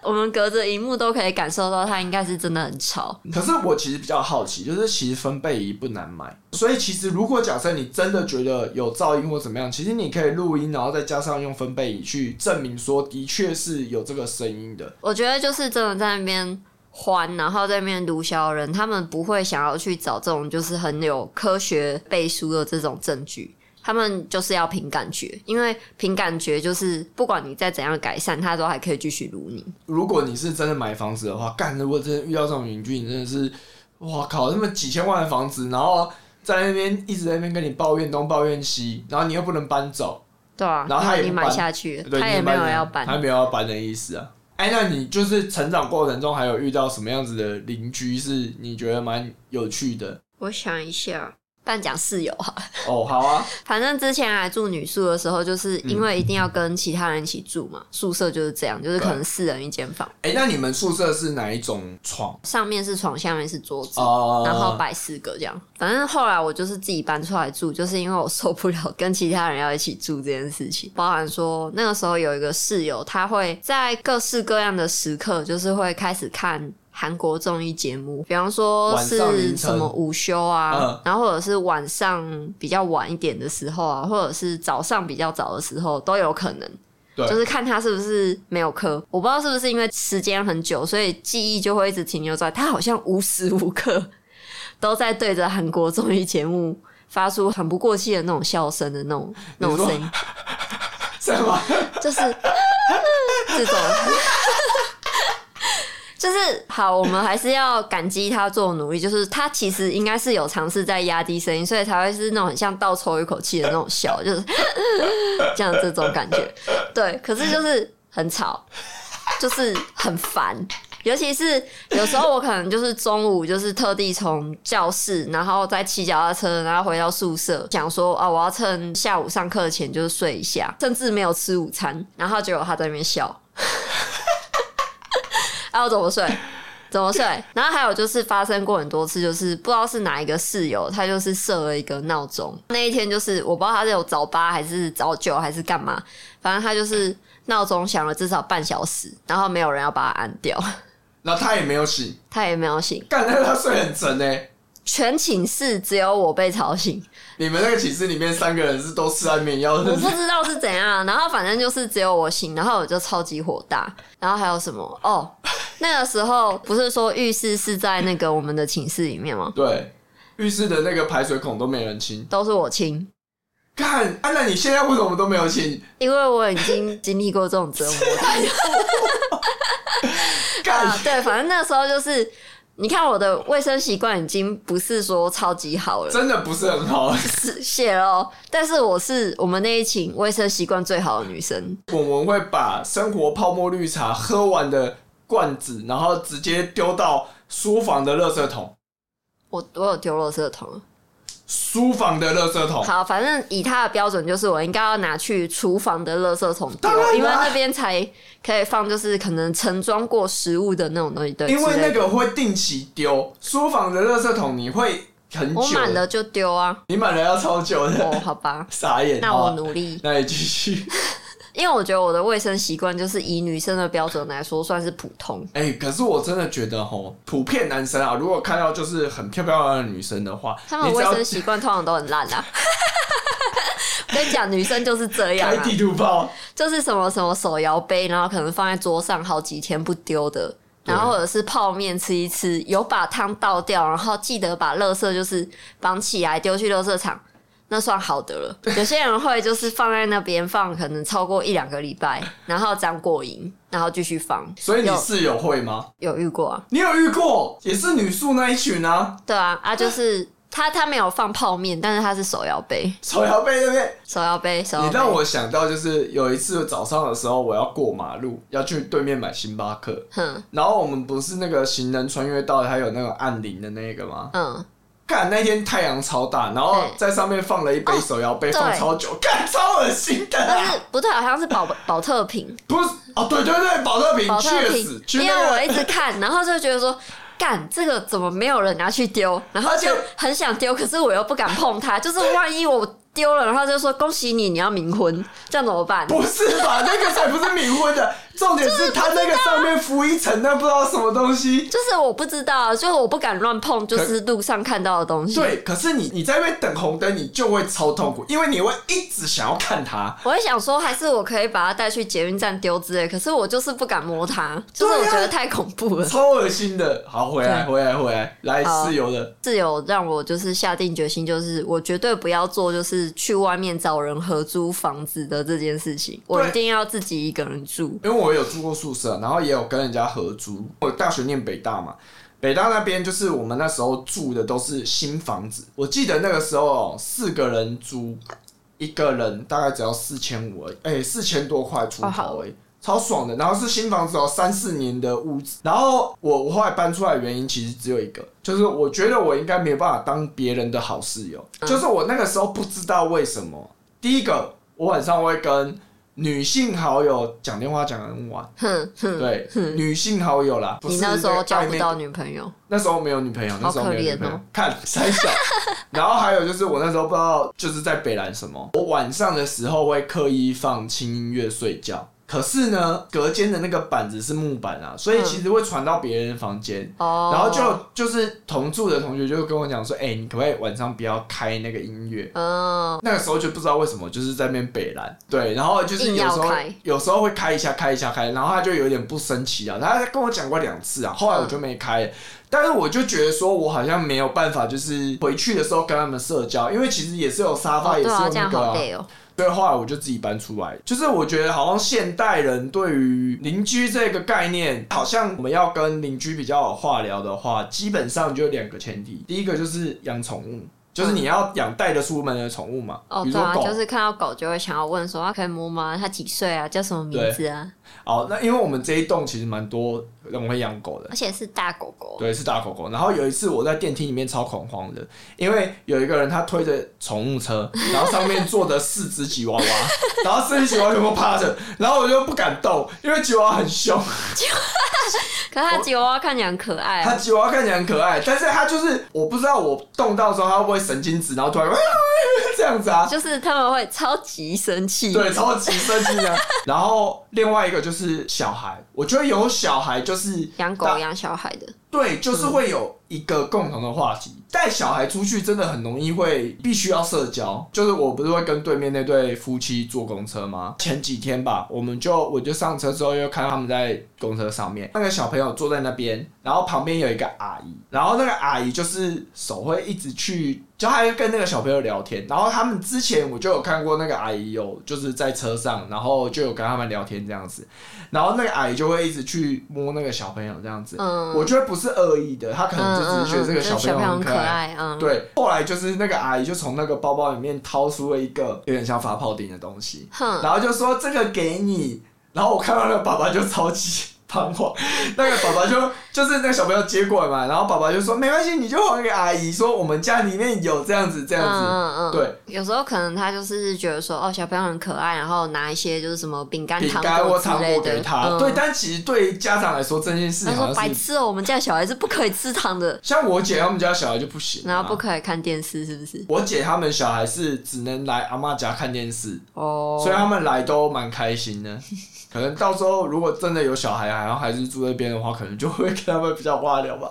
[SPEAKER 2] 我们隔着荧幕都可以感受到他应该是真的很吵。
[SPEAKER 1] 可是我其实比较好奇，就是其实分贝仪不难买，所以其实如果假设你真的觉得有噪音或怎么样，其实你可以录音，然后再加上用分贝仪去证明说的确是有这个声音的。
[SPEAKER 2] 我觉得就是真的在那边欢，然后在那边毒枭人，他们不会想要去找这种就是很有科学背书的这种证据。他们就是要凭感觉，因为凭感觉就是不管你再怎样改善，他都还可以继续撸你。
[SPEAKER 1] 如果你是真的买房子的话，干，如果真的遇到这种邻居，你真的是，哇靠，那么几千万的房子，然后在那边一直在那边跟你抱怨东抱怨西，然后你又不能搬走，
[SPEAKER 2] 对啊，
[SPEAKER 1] 然后他也
[SPEAKER 2] 你
[SPEAKER 1] 不
[SPEAKER 2] 买
[SPEAKER 1] 搬
[SPEAKER 2] 下去了，
[SPEAKER 1] 对，
[SPEAKER 2] 他
[SPEAKER 1] 你
[SPEAKER 2] 也没有
[SPEAKER 1] 搬
[SPEAKER 2] 要
[SPEAKER 1] 他
[SPEAKER 2] 搬。
[SPEAKER 1] 没有要搬的意思啊。哎，那你就是成长过程中还有遇到什么样子的邻居是你觉得蛮有趣的？
[SPEAKER 2] 我想一下，但讲室友哈，
[SPEAKER 1] 哦，好啊，
[SPEAKER 2] 反正之前来住女宿的时候，就是因为一定要跟其他人一起住嘛，宿舍就是这样，就是可能四人一间房，
[SPEAKER 1] 哎，那你们宿舍是哪一种床？
[SPEAKER 2] 上面是床，下面是桌子。
[SPEAKER 1] 哦、
[SPEAKER 2] 然后摆四个这样，反正后来我就是自己搬出来住，就是因为我受不了 跟其他人要一起住这件事情。包含说那个时候有一个室友，他会在各式各样的时刻，就是会开始看韩国综艺节目，比方说
[SPEAKER 1] 晚上凌
[SPEAKER 2] 是
[SPEAKER 1] 晨
[SPEAKER 2] 什么午休啊，
[SPEAKER 1] 嗯
[SPEAKER 2] 然后或者是晚上比较晚一点的时候啊，或者是早上比较早的时候都有可能。
[SPEAKER 1] 对
[SPEAKER 2] 就是看他是不是没有课，我不知道是不是因为时间很久，所以记忆就会一直停留在他好像无时无刻都在对着韩国综艺节目发出很不过气的那种笑声的那种那种
[SPEAKER 1] 你说
[SPEAKER 2] 声音，
[SPEAKER 1] 是吗？
[SPEAKER 2] 就是 这种。 就是好，我们还是要感激他做的努力。就是他其实应该是有尝试在压低声音，所以才会是那种很像倒抽一口气的那种笑，就是 这样这种感觉。对，可是就是很吵，就是很烦。尤其是有时候我可能就是中午就是特地从教室，然后再骑脚踏车，然后回到宿舍，想说啊，我要趁下午上课前就是睡一下，甚至没有吃午餐，然后结果他在那边笑， 啊，我怎么睡？怎么睡？然后还有就是发生过很多次，就是不知道是哪一个室友，他就是设了一个闹钟。那一天就是我不知道他是有早八还是早九还是干嘛，反正他就是闹钟响了至少半小时，然后没有人要把它按掉，
[SPEAKER 1] 然后他也没有醒，
[SPEAKER 2] 他也没有醒。
[SPEAKER 1] 干，那他睡很沉呢、
[SPEAKER 2] 全寝室只有我被吵醒，
[SPEAKER 1] 你们那个寝室里面三个人是都吃安眠药
[SPEAKER 2] 我
[SPEAKER 1] 的，
[SPEAKER 2] 不知道是怎样。然后反正就是只有我醒，然后我就超级火大。然后还有什么？哦，那个时候不是说浴室是在那个我们的寝室里面吗？
[SPEAKER 1] 对，浴室的那个排水孔都没人清。
[SPEAKER 2] 都是我亲，
[SPEAKER 1] 看，啊，那你现在为什么都没有清？
[SPEAKER 2] 因为我已经经历过这种折磨。
[SPEAKER 1] 干，
[SPEAKER 2] 啊，对，反正那时候就是，你看我的卫生习惯已经不是说超级好了，
[SPEAKER 1] 真的不是很好。
[SPEAKER 2] 是谢喽。但是我是我们那一群卫生习惯最好的女生，
[SPEAKER 1] 我们会把生活泡沫绿茶喝完的罐子，然后直接丢到书房的垃圾桶。
[SPEAKER 2] 我我有丢垃圾桶。
[SPEAKER 1] 书房的垃圾桶，
[SPEAKER 2] 好，反正以他的标准就是我应该要拿去厨房的垃圾桶丢
[SPEAKER 1] 当然啦，
[SPEAKER 2] 因为那边才可以放就是可能盛装过食物的那种东西，对，
[SPEAKER 1] 因为
[SPEAKER 2] 之类
[SPEAKER 1] 那
[SPEAKER 2] 的
[SPEAKER 1] 个会定期丢。书房的垃圾桶你会很
[SPEAKER 2] 我满
[SPEAKER 1] 久的，
[SPEAKER 2] 了就丢啊。
[SPEAKER 1] 你满了要超久
[SPEAKER 2] 哦，
[SPEAKER 1] 的，
[SPEAKER 2] 好 吧，
[SPEAKER 1] 傻眼。
[SPEAKER 2] 那
[SPEAKER 1] 好
[SPEAKER 2] 我
[SPEAKER 1] 啊
[SPEAKER 2] 努力。
[SPEAKER 1] 那你继续。
[SPEAKER 2] 因为我觉得我的卫生习惯就是以女生的标准来说算是普通，
[SPEAKER 1] 哎、可是我真的觉得吼，普遍男生啊，如果看到就是很漂漂亮亮的女生的话，
[SPEAKER 2] 他们
[SPEAKER 1] 你
[SPEAKER 2] 的
[SPEAKER 1] 只
[SPEAKER 2] 卫
[SPEAKER 1] 要
[SPEAKER 2] 生习惯通常都很 烂啦、我跟你讲，女生就是这样、
[SPEAKER 1] 开
[SPEAKER 2] 啊，
[SPEAKER 1] 地图炮，
[SPEAKER 2] 就是什么什么手摇杯，然后可能放在桌上好几天不丢的，然后或者是泡面吃一吃，有把汤倒掉，然后记得把垃圾就是绑起来丢去垃圾场，那算好的了。有些人会就是放在那边放，可能超过一两个礼拜，然后沾过瘾，然后继续放。
[SPEAKER 1] 所以你
[SPEAKER 2] 有
[SPEAKER 1] 室友会吗？
[SPEAKER 2] 有遇过啊？
[SPEAKER 1] 你有遇过，也是女宿那一群啊，
[SPEAKER 2] 对啊，啊就是他他没有放泡面，但是他是手摇杯，
[SPEAKER 1] 手摇杯对不对？
[SPEAKER 2] 手摇杯，手摇
[SPEAKER 1] 你
[SPEAKER 2] 杯。
[SPEAKER 1] 让我想到，就是有一次早上的时候，我要过马路，要去对面买星巴克，
[SPEAKER 2] 哼
[SPEAKER 1] 然后我们不是那个行人穿越道，还有那个按铃的那个吗？
[SPEAKER 2] 嗯，
[SPEAKER 1] 干那天太阳超大，然后
[SPEAKER 2] 对哦
[SPEAKER 1] 在上面放了一杯手摇杯，
[SPEAKER 2] 对嗯
[SPEAKER 1] 放超久，干超恶心的
[SPEAKER 2] 但
[SPEAKER 1] 啊！
[SPEAKER 2] 是不对，好像是保保特瓶，
[SPEAKER 1] 不是哦，对对对，保特瓶
[SPEAKER 2] 保特
[SPEAKER 1] 确实
[SPEAKER 2] 瓶，，
[SPEAKER 1] 去
[SPEAKER 2] 因为
[SPEAKER 1] 那
[SPEAKER 2] 我
[SPEAKER 1] 个
[SPEAKER 2] 一直看，然后就觉得说。干这个怎么没有人拿去丢？然后就
[SPEAKER 1] 而且
[SPEAKER 2] 很想丢，可是我又不敢碰它，就是万一我丢了，然后就说恭喜你，你要冥婚，这样怎么办？
[SPEAKER 1] 不是吧？那个才不是冥婚的，重点是它那个上面浮一层那不知道什么东西。
[SPEAKER 2] 就是我不知道，就是我不敢乱碰，就是路上看到的东西。
[SPEAKER 1] 对，可是你你在那边等红灯，你就会超痛苦，因为你会一直想要看它。
[SPEAKER 2] 我会想说，还是我可以把它带去捷运站丢之类，可是我就是不敢摸它，就是我觉
[SPEAKER 1] 啊
[SPEAKER 2] 得太恐怖了。
[SPEAKER 1] 超恶心的。好，回来，
[SPEAKER 2] 对
[SPEAKER 1] 回来，回来，来
[SPEAKER 2] 好
[SPEAKER 1] 室友的，
[SPEAKER 2] 是有让我就是下定决心，就是我绝对不要做，就是去外面找人合租房子的这件事情，我一定要自己一个人住。
[SPEAKER 1] 因为我有住过宿舍，然后也有跟人家合租。我大学念北大嘛，北大那边就是我们那时候住的都是新房子，我记得那个时候哦四个人租，一个人大概只要四千五，哎，四千多块出
[SPEAKER 2] 哦好
[SPEAKER 1] 头哎、超爽的，然后是新房子哦，三四年的屋子。然后我我后来搬出来的原因其实只有一个，就是我觉得我应该没有办法当别人的好室友，
[SPEAKER 2] 嗯
[SPEAKER 1] 就是我那个时候不知道为什么。第一个，我晚上会跟女性好友讲电话讲得很晚，
[SPEAKER 2] 哼哼，
[SPEAKER 1] 对，女性好友啦。不
[SPEAKER 2] 你
[SPEAKER 1] 是
[SPEAKER 2] 那时候
[SPEAKER 1] 个
[SPEAKER 2] 交
[SPEAKER 1] 暧
[SPEAKER 2] 不
[SPEAKER 1] 昧
[SPEAKER 2] 到女朋友，
[SPEAKER 1] 那时候没有女朋友，那时候没有女朋
[SPEAKER 2] 好可怜
[SPEAKER 1] 友
[SPEAKER 2] 哦，
[SPEAKER 1] 看三 小。然后还有就是我那时候不知道就是在北兰什么，我晚上的时候会刻意放轻音乐睡觉。可是呢，隔间的那个板子是木板啊，所以其实会传到别人房间。
[SPEAKER 2] 嗯哦，
[SPEAKER 1] 然后就就是同住的同学就跟我讲说，哎、你可不可以晚上不要开那个音乐？
[SPEAKER 2] 嗯，
[SPEAKER 1] 那个时候就不知道为什么，就是在那边北蓝，对，然后就是
[SPEAKER 2] 硬
[SPEAKER 1] 有
[SPEAKER 2] 要
[SPEAKER 1] 时候
[SPEAKER 2] 开
[SPEAKER 1] 有时候会开一下，开一下，开，然后他就有点不生气啊，他跟我讲过两次啊，
[SPEAKER 2] 嗯
[SPEAKER 1] 后来我就没开了，但是我就觉得说我好像没有办法，就是回去的时候跟他们社交，因为其实也是有沙发，
[SPEAKER 2] 哦
[SPEAKER 1] 也
[SPEAKER 2] 对
[SPEAKER 1] 是
[SPEAKER 2] 啊，
[SPEAKER 1] 有
[SPEAKER 2] 这
[SPEAKER 1] 那
[SPEAKER 2] 样
[SPEAKER 1] 个、
[SPEAKER 2] 好
[SPEAKER 1] 啊，
[SPEAKER 2] 累哦。
[SPEAKER 1] 对，后来我就自己搬出来。就是我觉得好像现代人对于邻居这个概念，好像我们要跟邻居比较有话聊的话，基本上就有两个前提，第一个就是养宠物。就是你要养带得出门的宠物嘛，
[SPEAKER 2] 哦，
[SPEAKER 1] 比如说
[SPEAKER 2] 对啊，
[SPEAKER 1] 狗。
[SPEAKER 2] 就是看到狗就会想要问说，它啊可以摸吗？它几岁啊？叫什么名字啊？
[SPEAKER 1] 哦，那因为我们这一栋其实蛮多人会养狗的，
[SPEAKER 2] 而且是大狗狗，
[SPEAKER 1] 对，是大狗狗。然后有一次我在电梯里面超恐慌的，因为有一个人他推着宠物车，然后上面坐着四只吉娃娃，然后四只吉娃娃全部趴着，然后我就不敢动，因为吉娃娃很凶。
[SPEAKER 2] 可是它吉娃娃看起来很可爱
[SPEAKER 1] 它
[SPEAKER 2] 啊。
[SPEAKER 1] 吉娃娃看起来很可爱，但是它就是我不知道我动到的时候它会不会神经质，然后突 然这样子啊，
[SPEAKER 2] 就是他们会超级生气，
[SPEAKER 1] 对，超级生气 的。然后另外一个就是小孩，我觉得有小孩就是
[SPEAKER 2] 养狗
[SPEAKER 1] 大
[SPEAKER 2] 养小孩的，
[SPEAKER 1] 对，就是会有一个共同的话题。带小孩出去真的很容易会必须要社交，就是我不是会跟对面那对夫妻坐公车吗？前几天吧，我们就我就上车之后又看到他们在公车上面，那个小朋友坐在那边，然后旁边有一个阿姨，然后那个阿姨就是手会一直去。就还跟那个小朋友聊天，然后他们之前我就有看过那个阿姨有就是在车上，然后就有跟他们聊天这样子，然后那个阿姨就会一直去摸那个小朋友这样子，
[SPEAKER 2] 嗯，
[SPEAKER 1] 我觉得不是恶意的，他可能就只是觉得这个
[SPEAKER 2] 小
[SPEAKER 1] 朋友
[SPEAKER 2] 很
[SPEAKER 1] 可
[SPEAKER 2] 可。爱，嗯，
[SPEAKER 1] 对，后来就是那个阿姨就从那个包包里面掏出了一个有点像发泡钉的东西，
[SPEAKER 2] 哼，
[SPEAKER 1] 然后就说这个给你。然后我看到那个爸爸就超级彷徨，那个爸爸就就是那个小朋友接过来嘛，然后爸爸就说没关系，你就还给阿姨，说我们家里面有这样子这
[SPEAKER 2] 嗯
[SPEAKER 1] 样子。
[SPEAKER 2] 嗯嗯，
[SPEAKER 1] 对，
[SPEAKER 2] 有时候可能他就是觉得说，哦，小朋友很可爱，然后拿一些就是什么饼干、
[SPEAKER 1] 饼
[SPEAKER 2] 糖
[SPEAKER 1] 干或
[SPEAKER 2] 之
[SPEAKER 1] 糖
[SPEAKER 2] 类
[SPEAKER 1] 果
[SPEAKER 2] 的，
[SPEAKER 1] 给他，
[SPEAKER 2] 嗯
[SPEAKER 1] 对，，但其实对于家长来说，这件事
[SPEAKER 2] 他
[SPEAKER 1] 好像
[SPEAKER 2] 说白
[SPEAKER 1] 是
[SPEAKER 2] 痴哦，我们家小孩是不可以吃糖的，
[SPEAKER 1] 像我姐他们家小孩就不行啊，
[SPEAKER 2] 然后不可以看电视，是不是？
[SPEAKER 1] 我姐他们小孩是只能来阿妈家看电视，
[SPEAKER 2] 哦，
[SPEAKER 1] 所以他们来都蛮开心的。 可能到时候如果真的有小孩，然后还是住那边的话，可能就会跟他们比较话聊吧。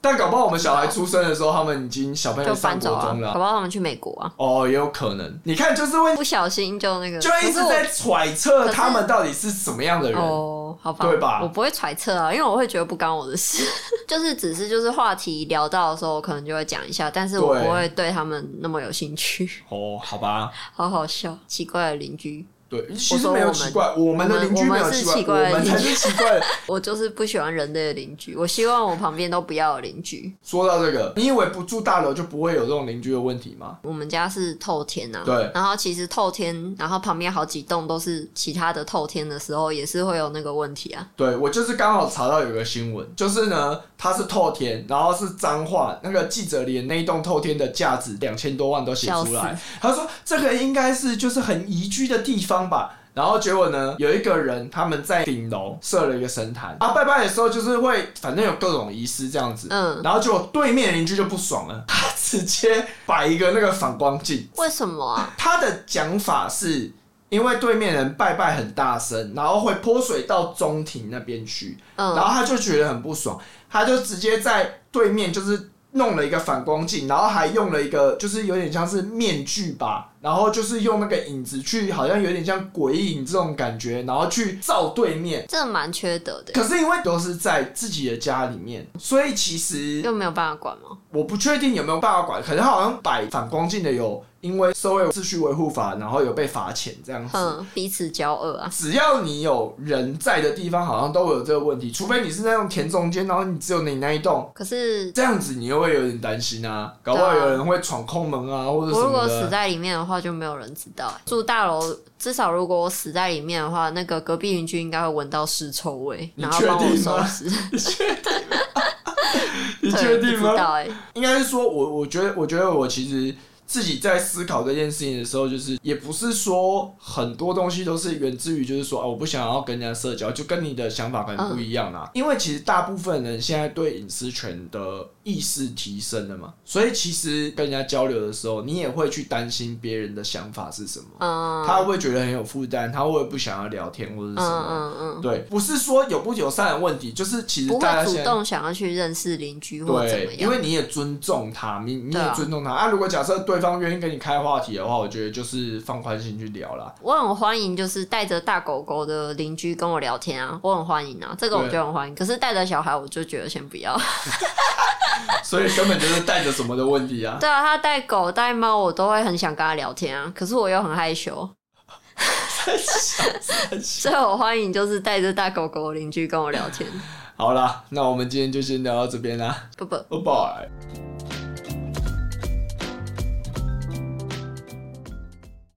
[SPEAKER 1] 但搞不好我们小孩出生的时候，他们已经小朋友
[SPEAKER 2] 就
[SPEAKER 1] 上
[SPEAKER 2] 搬
[SPEAKER 1] 国
[SPEAKER 2] 走啊
[SPEAKER 1] 中，了
[SPEAKER 2] 搞
[SPEAKER 1] 啊。
[SPEAKER 2] 不好他们去美国啊，
[SPEAKER 1] 哦，也有可能。你看，就是会
[SPEAKER 2] 不小心就那个，
[SPEAKER 1] 就一直
[SPEAKER 2] 可
[SPEAKER 1] 在
[SPEAKER 2] 是
[SPEAKER 1] 揣测
[SPEAKER 2] 可是
[SPEAKER 1] 他们到底是什么样的
[SPEAKER 2] 我
[SPEAKER 1] 人。
[SPEAKER 2] 哦，好吧，
[SPEAKER 1] 对吧
[SPEAKER 2] 我不会揣测啊，因为我会觉得不干我的事， 就是只是就是话题聊到的时候，我可能就会讲一下，但是我
[SPEAKER 1] 对
[SPEAKER 2] 不会对他们那么有兴趣，
[SPEAKER 1] 哦，好吧，
[SPEAKER 2] 好好笑，奇怪的邻居，
[SPEAKER 1] 对，其实
[SPEAKER 2] 说
[SPEAKER 1] 没有
[SPEAKER 2] 我
[SPEAKER 1] 奇
[SPEAKER 2] 们
[SPEAKER 1] 怪，我们的
[SPEAKER 2] 我们
[SPEAKER 1] 邻居没有
[SPEAKER 2] 我们是
[SPEAKER 1] 奇
[SPEAKER 2] 奇
[SPEAKER 1] 怪，
[SPEAKER 2] 怪的
[SPEAKER 1] 我们才
[SPEAKER 2] 邻
[SPEAKER 1] 是奇怪的。
[SPEAKER 2] 我就是不喜欢人类的邻居，我希望我旁边都不要有邻居。
[SPEAKER 1] 说到这个，你以为不住大楼就不会有这种邻居的问题吗？
[SPEAKER 2] 我们家是透天啊，
[SPEAKER 1] 对
[SPEAKER 2] 然后其实透天，然后旁边好几栋都是其他的透天的时候，也是会有那个问题啊。
[SPEAKER 1] 对我就是刚好查到有个新闻，就是呢，它是透天，然后是脏话，那个记者连那一栋透天的价值两千多万都写出来
[SPEAKER 2] 笑，
[SPEAKER 1] 他说这个应该是就是很宜居的地方吧。然后结果呢，有一个人他们在顶楼设了一个神坛啊，拜拜的时候就是会，反正有各种仪式这样子。
[SPEAKER 2] 嗯
[SPEAKER 1] 然后结果对面邻居就不爽了，他直接摆一个那个反光镜，
[SPEAKER 2] 为什么啊？
[SPEAKER 1] 他的讲法是因为对面人拜拜很大声，然后会泼水到中庭那边去，然
[SPEAKER 2] 嗯，
[SPEAKER 1] 后他就觉得很不爽，他就直接在对面就是弄了一个反光镜，然后还用了一个就是有点像是面具吧，然后就是用那个影子去，好像有点像鬼影这种感觉，然后去照对面。
[SPEAKER 2] 这蛮缺德的，
[SPEAKER 1] 可是因为都是在自己的家里面，所以其实
[SPEAKER 2] 又没有办法管吗？
[SPEAKER 1] 我不确定有没有办法管，可能好像摆反光镜的有因为社会秩序维护法，然后有被罚钱这样子。
[SPEAKER 2] 嗯，彼此交恶啊。
[SPEAKER 1] 只要你有人在的地方，好像都会有这个问题，除非你是那种田中间，然后你只有你那一栋，
[SPEAKER 2] 可是
[SPEAKER 1] 这样子你又会有点担心啊，搞不好
[SPEAKER 2] 对啊
[SPEAKER 1] 有人会闯空门啊，或者
[SPEAKER 2] 我
[SPEAKER 1] 什
[SPEAKER 2] 如
[SPEAKER 1] 么
[SPEAKER 2] 果死
[SPEAKER 1] 的。
[SPEAKER 2] 在里面的话，就没有人知道、欸住大楼，至少如果我死在里面的话，那个隔壁邻居应该会闻到尸臭味，
[SPEAKER 1] 你
[SPEAKER 2] 然后帮我
[SPEAKER 1] 确定
[SPEAKER 2] 收
[SPEAKER 1] 吗
[SPEAKER 2] 拾。
[SPEAKER 1] 你
[SPEAKER 2] 对
[SPEAKER 1] 确定
[SPEAKER 2] 不知
[SPEAKER 1] 吗？
[SPEAKER 2] 道哎、欸
[SPEAKER 1] 应该是说我，我觉得，我觉得我其实自己在思考这件事情的时候，就是也不是说很多东西都是源自于，就是说啊，我不想要跟人家社交，就跟你的想法可能不一样
[SPEAKER 2] 嗯
[SPEAKER 1] 啦。因为其实大部分人现在对隐私权的意识提升了嘛，所以其实跟人家交流的时候，你也会去担心别人的想法是什么，
[SPEAKER 2] 嗯
[SPEAKER 1] 他会不会觉得很有负担，他会不会不想要聊天或者是
[SPEAKER 2] 嗯
[SPEAKER 1] 什么。
[SPEAKER 2] 嗯嗯，
[SPEAKER 1] 对，不是说友不友善的问题，就是其实
[SPEAKER 2] 不
[SPEAKER 1] 大家
[SPEAKER 2] 会
[SPEAKER 1] 现在
[SPEAKER 2] 主动想要去认识邻居或怎么
[SPEAKER 1] 对，因
[SPEAKER 2] 样。
[SPEAKER 1] 为你也尊重他，你你
[SPEAKER 2] 对
[SPEAKER 1] 也
[SPEAKER 2] 啊
[SPEAKER 1] 尊重他啊。如果假设对方愿意跟你开话题的话，我觉得就是放宽心去聊啦。
[SPEAKER 2] 我很欢迎，就是带着大狗狗的邻居跟我聊天啊，我很欢迎啊，这个我就很欢迎。可是带着小孩，我就觉得先不要。
[SPEAKER 1] 所以根本就是带着什么的问题 啊。
[SPEAKER 2] 对啊，他带狗带猫，我都会很想跟他聊天啊，可是我又很害羞，所以我欢迎就是带着大狗狗的邻居跟我聊天。
[SPEAKER 1] 好啦，那我们今天就先聊到这边啦，啊
[SPEAKER 2] 不不，
[SPEAKER 1] 拜拜。